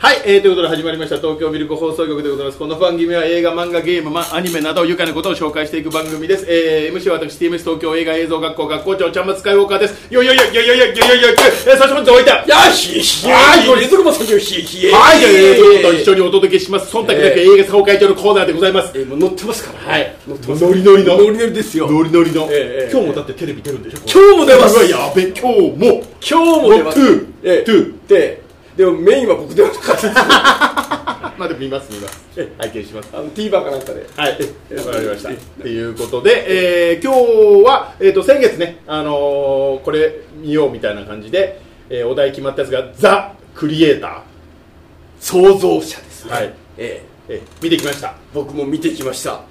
はい、えー、ということで始まりました東京ミルク放送局でございますこの番組は映画漫画ゲーム、ま、アニメなど愉快なことを紹介していく番組です、えー、MC は私 TMS 東京映画映像学校学校長ちゃんまつかいウォーカーですよいよいよいよいよいよいよいよいよいよえー、そして本日置いたやひひはいこれ連続も先をひひえはい、えー、ということで一緒緒にお届けします忖度なく映画総会長のコーナーでございますえーもう乗ってますからはい乗ってますノリノリのノリノリですよノリノリの、ええ今日もだってテレビ出るんでしょ今今日も出ますうわやべ今日も今日も出ますトゥーえートゥででもメインは僕ではなかったですあまあでも見ます見ます拝見しますの TVer かなんかではい、わかりました。ということで、えー今日は、えー、と先月ね、あのーこれ見ようみたいな感じで、えーお題決まったやつが、ザ・クリエイタ創造者ですー、はいええー見てきました。ー僕も見てきました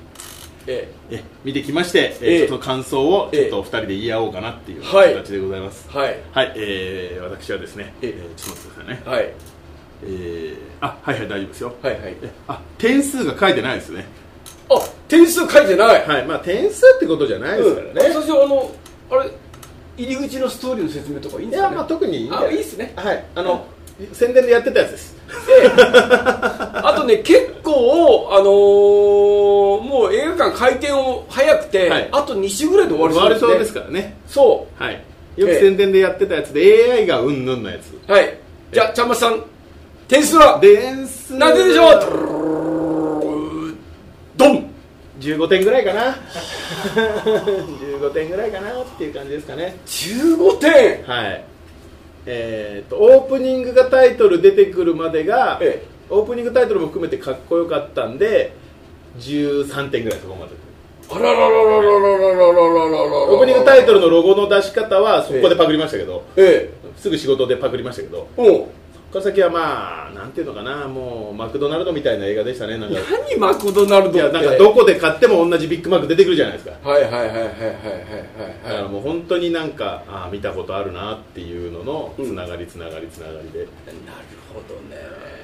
ええ見てきまして、えーええちょっと感想をちょっとええお二人で言い合おうかなっていうはい形でございます。ーはいはい、えー私はですね、えええーちょっと待ってくださいね、はいえーあはいはい、大丈夫ですよ。はいはいえあ点数が書いてないですね。あ点数書いてないはい、まあ点数ってことじゃないですからね。うんそしてあのあれ入り口のストーリーの説明とかいいんいですかや、ねまあ特にいいんじゃなあいいっすねはい、あの、宣伝でやってたやつです。であとね結構あのーもう映画館開店を早くて、はいあと2週ぐらいで終わりそう悪です,、ね、そうですからね。そはい。よくええ宣伝でやってたやつで、AI がうんぬんのやつ。うはいじゃあちゃんまつさん点数は点数何点でしょうドン !15 点ぐらいかな。15点ぐらいかなっていう感じですかね。 15点はい。えー、とオープニングがタイトル出てくるまでが、ええオープニングタイトルも含めてかっこよかったんで13点ぐらいそこまであらららららららららららオープニングタイトルのロゴの出し方はそこでパクりましたけど、えすぐ仕事でパクりましたけどえうんそこから先はまあなんていうのかなもうマクドナルドみたいな映画でしたねなんか い何マクドナルドってやなんかどこで買っても同じビッグマック出てくるじゃないですかはいはいはいはいはだいはかいらはもう本当になんかああ見たことあるなっていうののつながりつながりつながりで、いなるほどね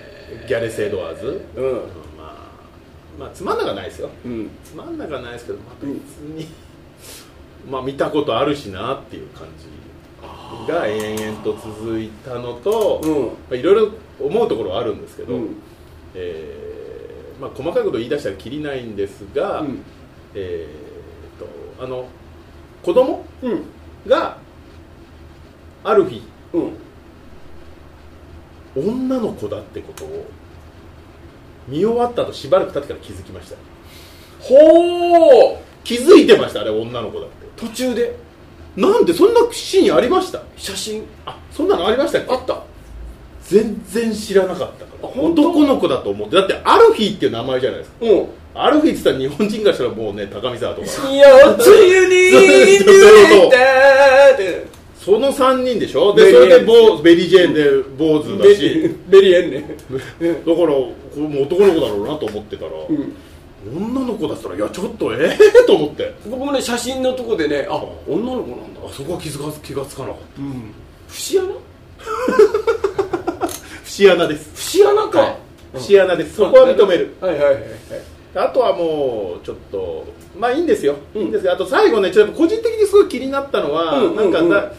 ギャレス・エドワーズ、うんまあ、まあつまんなくはないですようんつまんなくはないですけど、まあ、別 に、まあ見たことあるしなっていう感じが延々と続いたのと、うんまあ、いろいろ思うところはあるんですけど、うんえーまあ、細かいこと言い出したらきりないんですが、うんえー、とあの子供うんがある日うん女の子だってことを見終わったとしばらく経ってから気づきましたほう気づいてましたあれ女の子だって途中でなんでそんなシーンありました写真あそんなのありましたっあけった全然知らなかったからあ本当男の子だと思ってだってアルフィーっていう名前じゃないですかうんアルフィーって言ったら日本人がしたらもうね高見 沢とか夜露に濡れたってその3人でしょでベリそーれでボーベリー・ジェーンで坊主だベしリベリエンねだからこれもう男の子だろうなと思ってたら、ん女の子だったらいやちょっとええ と思って僕もね写真のとこでねあ女の子なんだあそこは気づか気がつかなかったうん節穴節穴です節穴か、節穴ですそこは認めるはいはいはいはいあとはもうちょっとまあいいんですよ、うんいいんですけどあと最後ねちょっと個人的にすごい気になったのは、うんうんうんなんかだ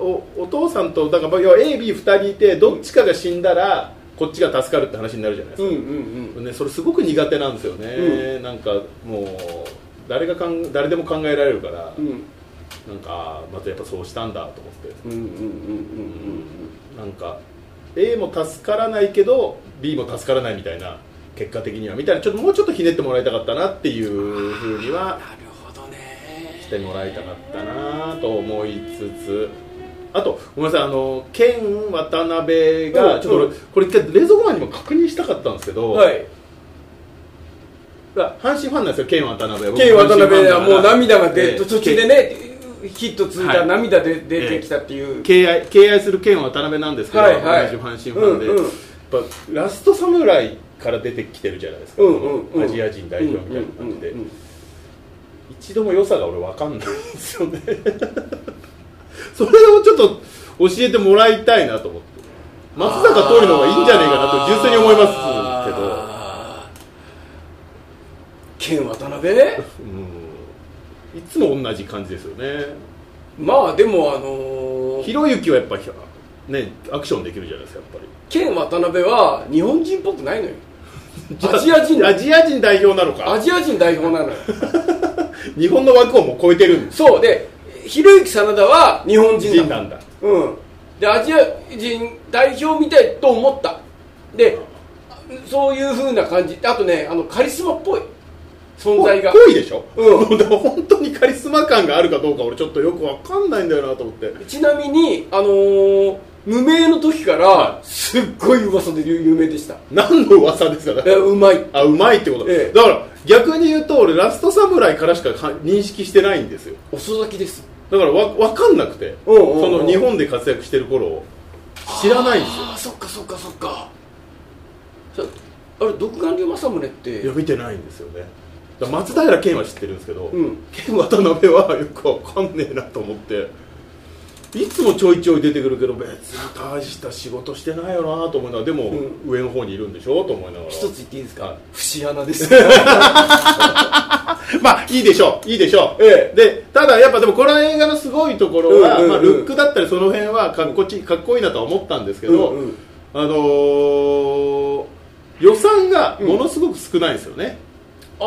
おお父さんとだから AB2 人いてどっちかが死んだらこっちが助かるって話になるじゃないですうんかう、んね、それすごく苦手なんですよね、うなんかもう誰がかん誰でも考えられるから、うんうんなんかあーまたやっぱそうしたんだと思って、うんうんうんなんか A も助からないけど B も助からないみたいな結果的にはみたいなちょっともうちょっとひねってもらいたかったなっていうふうにはなるほどしねてもらいたかったなと思いつつあとごめんなさいあのケン渡辺うがんちょっと俺、うんこれ一回冷蔵庫前にも確認したかったんですけど、はい阪神ファンなんですよケン渡辺ケイ渡辺はもう僕阪神ファンだから涙が出えてー途中でねヒットついた涙で出てきたっていう敬愛敬愛する剣は渡辺なんですけど、はいはい同じ阪神ファンで、うんうんやっぱラストサムライから出てきてるじゃないですか、うんうんうんアジア人代表みたいな感じで、うんうんうん一度も良さが俺分かんないんですよね それをちょっと教えてもらいたいなと思って松坂桃李の方がいいんじゃねえかなと純粋に思いますけどあーケン渡辺 いつも同じ感じですよねまあでもあのーひろゆきはやっぱひねアクションできるじゃないですかやっぱりケン渡辺は日本人っぽくない のよアジア人アジア人代表なのかアジア人代表なのよ日本の枠をもう超えてるんですそうでひろゆき真田は日本人だ人なんだうんでアジア人代表みたいと思ったでそういうふうな感じあとねあのカリスマっぽい存在がぽいでしょ、うでも 本当にカリスマ感があるかどうか俺ちょっとよくわかんないんだよなと思ってちなみにあのー無名の時からすっごい噂で有名でした何の噂ですかえうまいあうまいってこと、ええだから逆に言うと俺ラストサムライからしかか認識してないんですよ遅咲きですだからわ分かんなくてうんうんうんその日本で活躍してる頃を知らないんですよああそっかそっかそっかじゃあれ独眼竜政宗っいやて見てないんですよねだから松平健は知ってるんですけど、うん健渡辺はよくわかんねえなと思っていつもちょいちょい出てくるけど別に大した仕事してないよなと思いながらでも、う上の方にいるんでしょと思いながら一つ言っていいですか、はい節穴です まあいいでしょういいでしょう、えでただやっぱでもこの映画のすごいところは、うんうんうんまあ、ルックだったりその辺はかっこちかっこいいなとは思ったんですけど、うんうんあのー予算がものすごく少ないんですよね、あ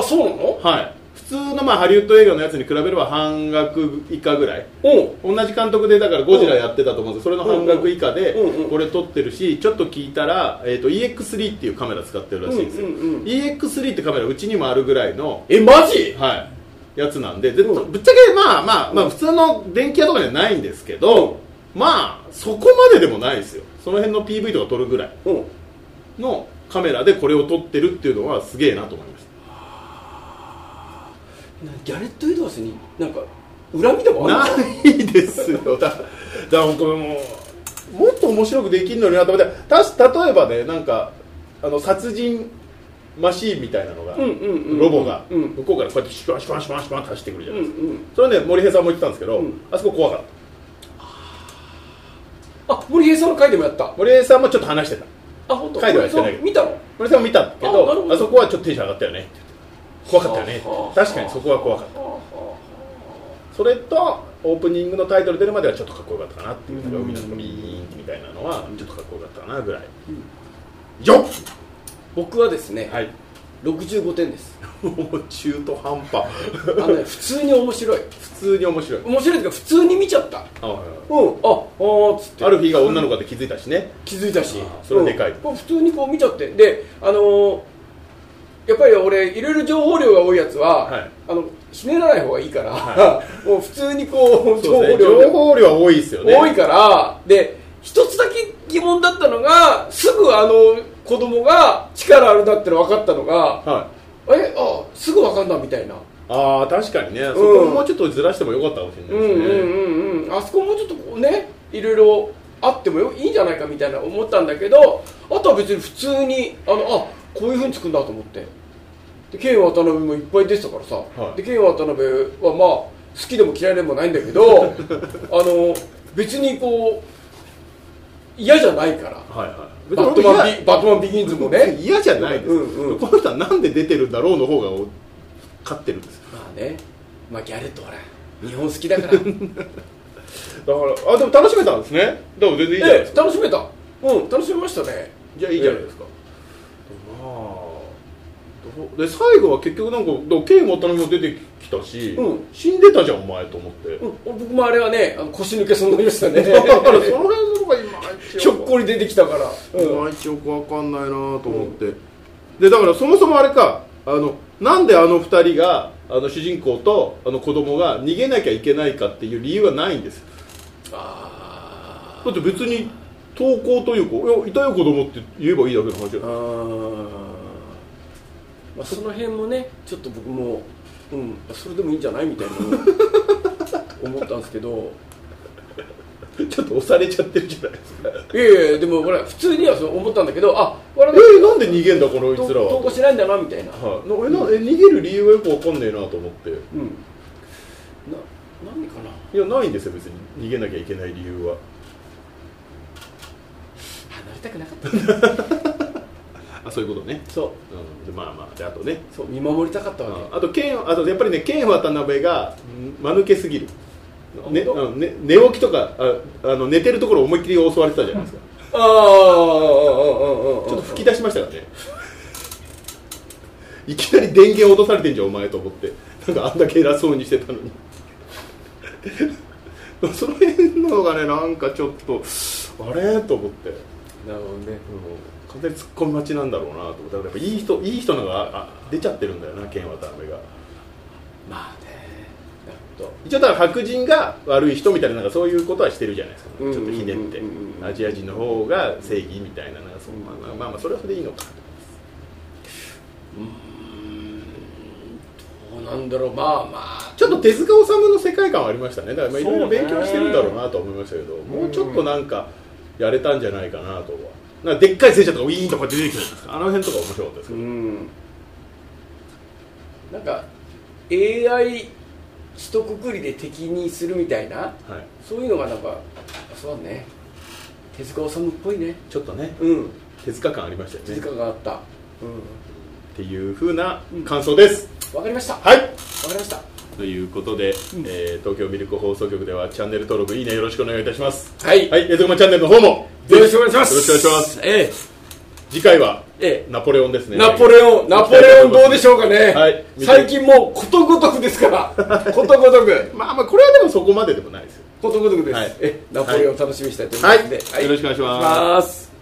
あそうなのはい普通のまあハリウッド映画のやつに比べれば半額以下ぐらいうん同じ監督でだからゴジラやってたと思うんですけどそれの半額以下でうんうんこれ撮ってるしちょっと聞いたら、えー、と EX3 っていうカメラ使ってるらしいんですよ、うんうんうん EX3 ってカメラうちにもあるぐらいのえマジはい、やつなんでで、うんぶっちゃけまあまあ、まあ、普通の電気屋とかじゃないんですけど、まあそこまででもないですよその辺の PV とか撮るぐらいうんのカメラでこれを撮ってるっていうのはすげえなと思いましなギャレット・エドワーズになんか恨みでもあるたないですよだだからこれもうもっと面白くできるのになと思ってたし例えばねなんかあの殺人マシーンみたいなのが、うんうんうんロボがうん向こうからこうやってシュワンシュワンシュワンシュワンって走ってくるじゃうなんいうですか、んそれはね森平さんも言ってたんですけど、うんあそこ怖かったあ森平さんの回でもやったあ森江さんもちょっと話してた本当回ではやってないけど見たの森江さんも見たけあなるほどどあそこはちょっとテンション上がったよねって言って怖かったよねってはあ確かにそこは怖かったそれとオープニングのタイトル出るまではちょっとかっこよかったかなっていうなんか海の中ビーンみたいなのはちょっとかっこよかったかなぐらい以上僕はですね、はい65点ですもう中途半端あの、ね、 普通に面白い普通に面白い面白いっていうか普通に見ちゃったあはいはいうんああーっつってある日が女の子って気づいたしね気づいたしあーそれはでかいうんこう普通にこう見ちゃってであのーやっぱり俺いろいろ情報量が多いやつは、はいあのひねらない方がいいから、は もう普通にこう情そう報ですね量が情報量は多いですよね多いからで一つだけ疑問だったのがすぐあの子供が力あるなっての分かったのがはいえあすぐ分かんだみたいなああ確かにねそこをもうちょっとずらしてもよかったかもしれうんなういんですね、うんうんあそこもうちょっとこうねいろいろあってもよいいんじゃないかみたいな思ったんだけどあとは別に普通にあのあこういうふうにつくんだと思ってでケン渡辺もいっぱい出てたからさ、はいでケン渡辺はまあ好きでも嫌いでもないんだけ どあの別にこう嫌じゃないからはいはいバットマンビバットマンビギンズも ね嫌じゃないです、うんうんこの人はなんで出てるんだろうの方が勝ってるんですよまあねまあギャレットほら日本好きだからだからあでも楽しめたんですねでも全然いいじゃないで えすえか楽しめたうん楽しめましたねじゃあいいじゃないですか、まあどうで最後は結局なんかだからケイン・渡辺も出てきたし、うん死んでたじゃんお前と思って、うん、僕もあれはねあの腰抜けそうになりました ねだからその辺のとこがいまい ちひょっこり出てきたから、いうんまいちよくわかんないなと思って、でだからそもそもあれかあのなんであの二人があの主人公とあの子供が逃げなきゃいけないかっていう理由はないんですよあだって別に投稿というかいやいたよ子供って言えばいいだけの話じゃーあないー、まあ、その辺もねちょっと僕も、うん、それでもいいんじゃないみたい な思ったんですけど ちょっと押されちゃってるじゃないです かいやいやいやでもほら普通にはそう思ったんだけどあこれえー、なんで逃げんだこのいとつらは投稿しないんだなみたいな、はいなえなえ逃げる理由はよくわかんねえなと思っていうんな何かなやないんですよ別に逃げなきゃいけない理由は離れたくなかったあそういうことね、そううん、でまあまあであとねそう見守りたかったわけ、あと剣あとやっぱりね剣渡辺がん間抜けすぎるね本当うんね寝起きとかああの寝てるところを思いっきり襲われてたじゃないですかああああああああちょっと吹き出しましたからね いきなり電源落とされてんじゃんお前と思ってなんかあんだけ偉そうにしてたのに その辺のがねなんかちょっとあれと思ってなるほどね完全に突っ込み待ちなんだろうなと思ってだからやっぱいい人いい人のがあ出ちゃってるんだよな剣渡辺がまあねなるほど一応だから白人が悪い人みたいななんかそういうことはしてるじゃないですか、うんちょっとひねってうんうんうんうんアジア人の方が正義みたいななんかそうまあまあまあまあそれはそれでいいのかどうなんだろうまあまあちょっと手塚治虫の世界観はありましたねだからまあいろいろそうね勉強してるんだろうなとは思いましたけどもうちょっとなんかやれたんじゃないかなとはなんかでっかい戦車とかウィーンとか出てきたじゃないですかあの辺とか面白かったですけうど、んなんか AI 一括りで敵にするみたいなはい、そういうのがなんかそうだね手塚治虫っぽいねちょっとねうん手塚感ありました手よね塚があったうんっていう風な感想です、わかりましたわかはいりましたということで、えー東京ミルク放送局ではチャンネル登録いいねよろしくお願いいたしますはいはい、えずくまチャンネルの方もよろしくお願いしますよろしくお願いしますえ次回はええナポレオンですねえナポレオンナポレオンどうでしょうかね、はい最近もうことごとくです からことごとくまあまあこれはでもそこまででもないですよことごとくです、はいえナポレオン楽しみにしたいと思いますので、はいよろしくお願いしますお願いします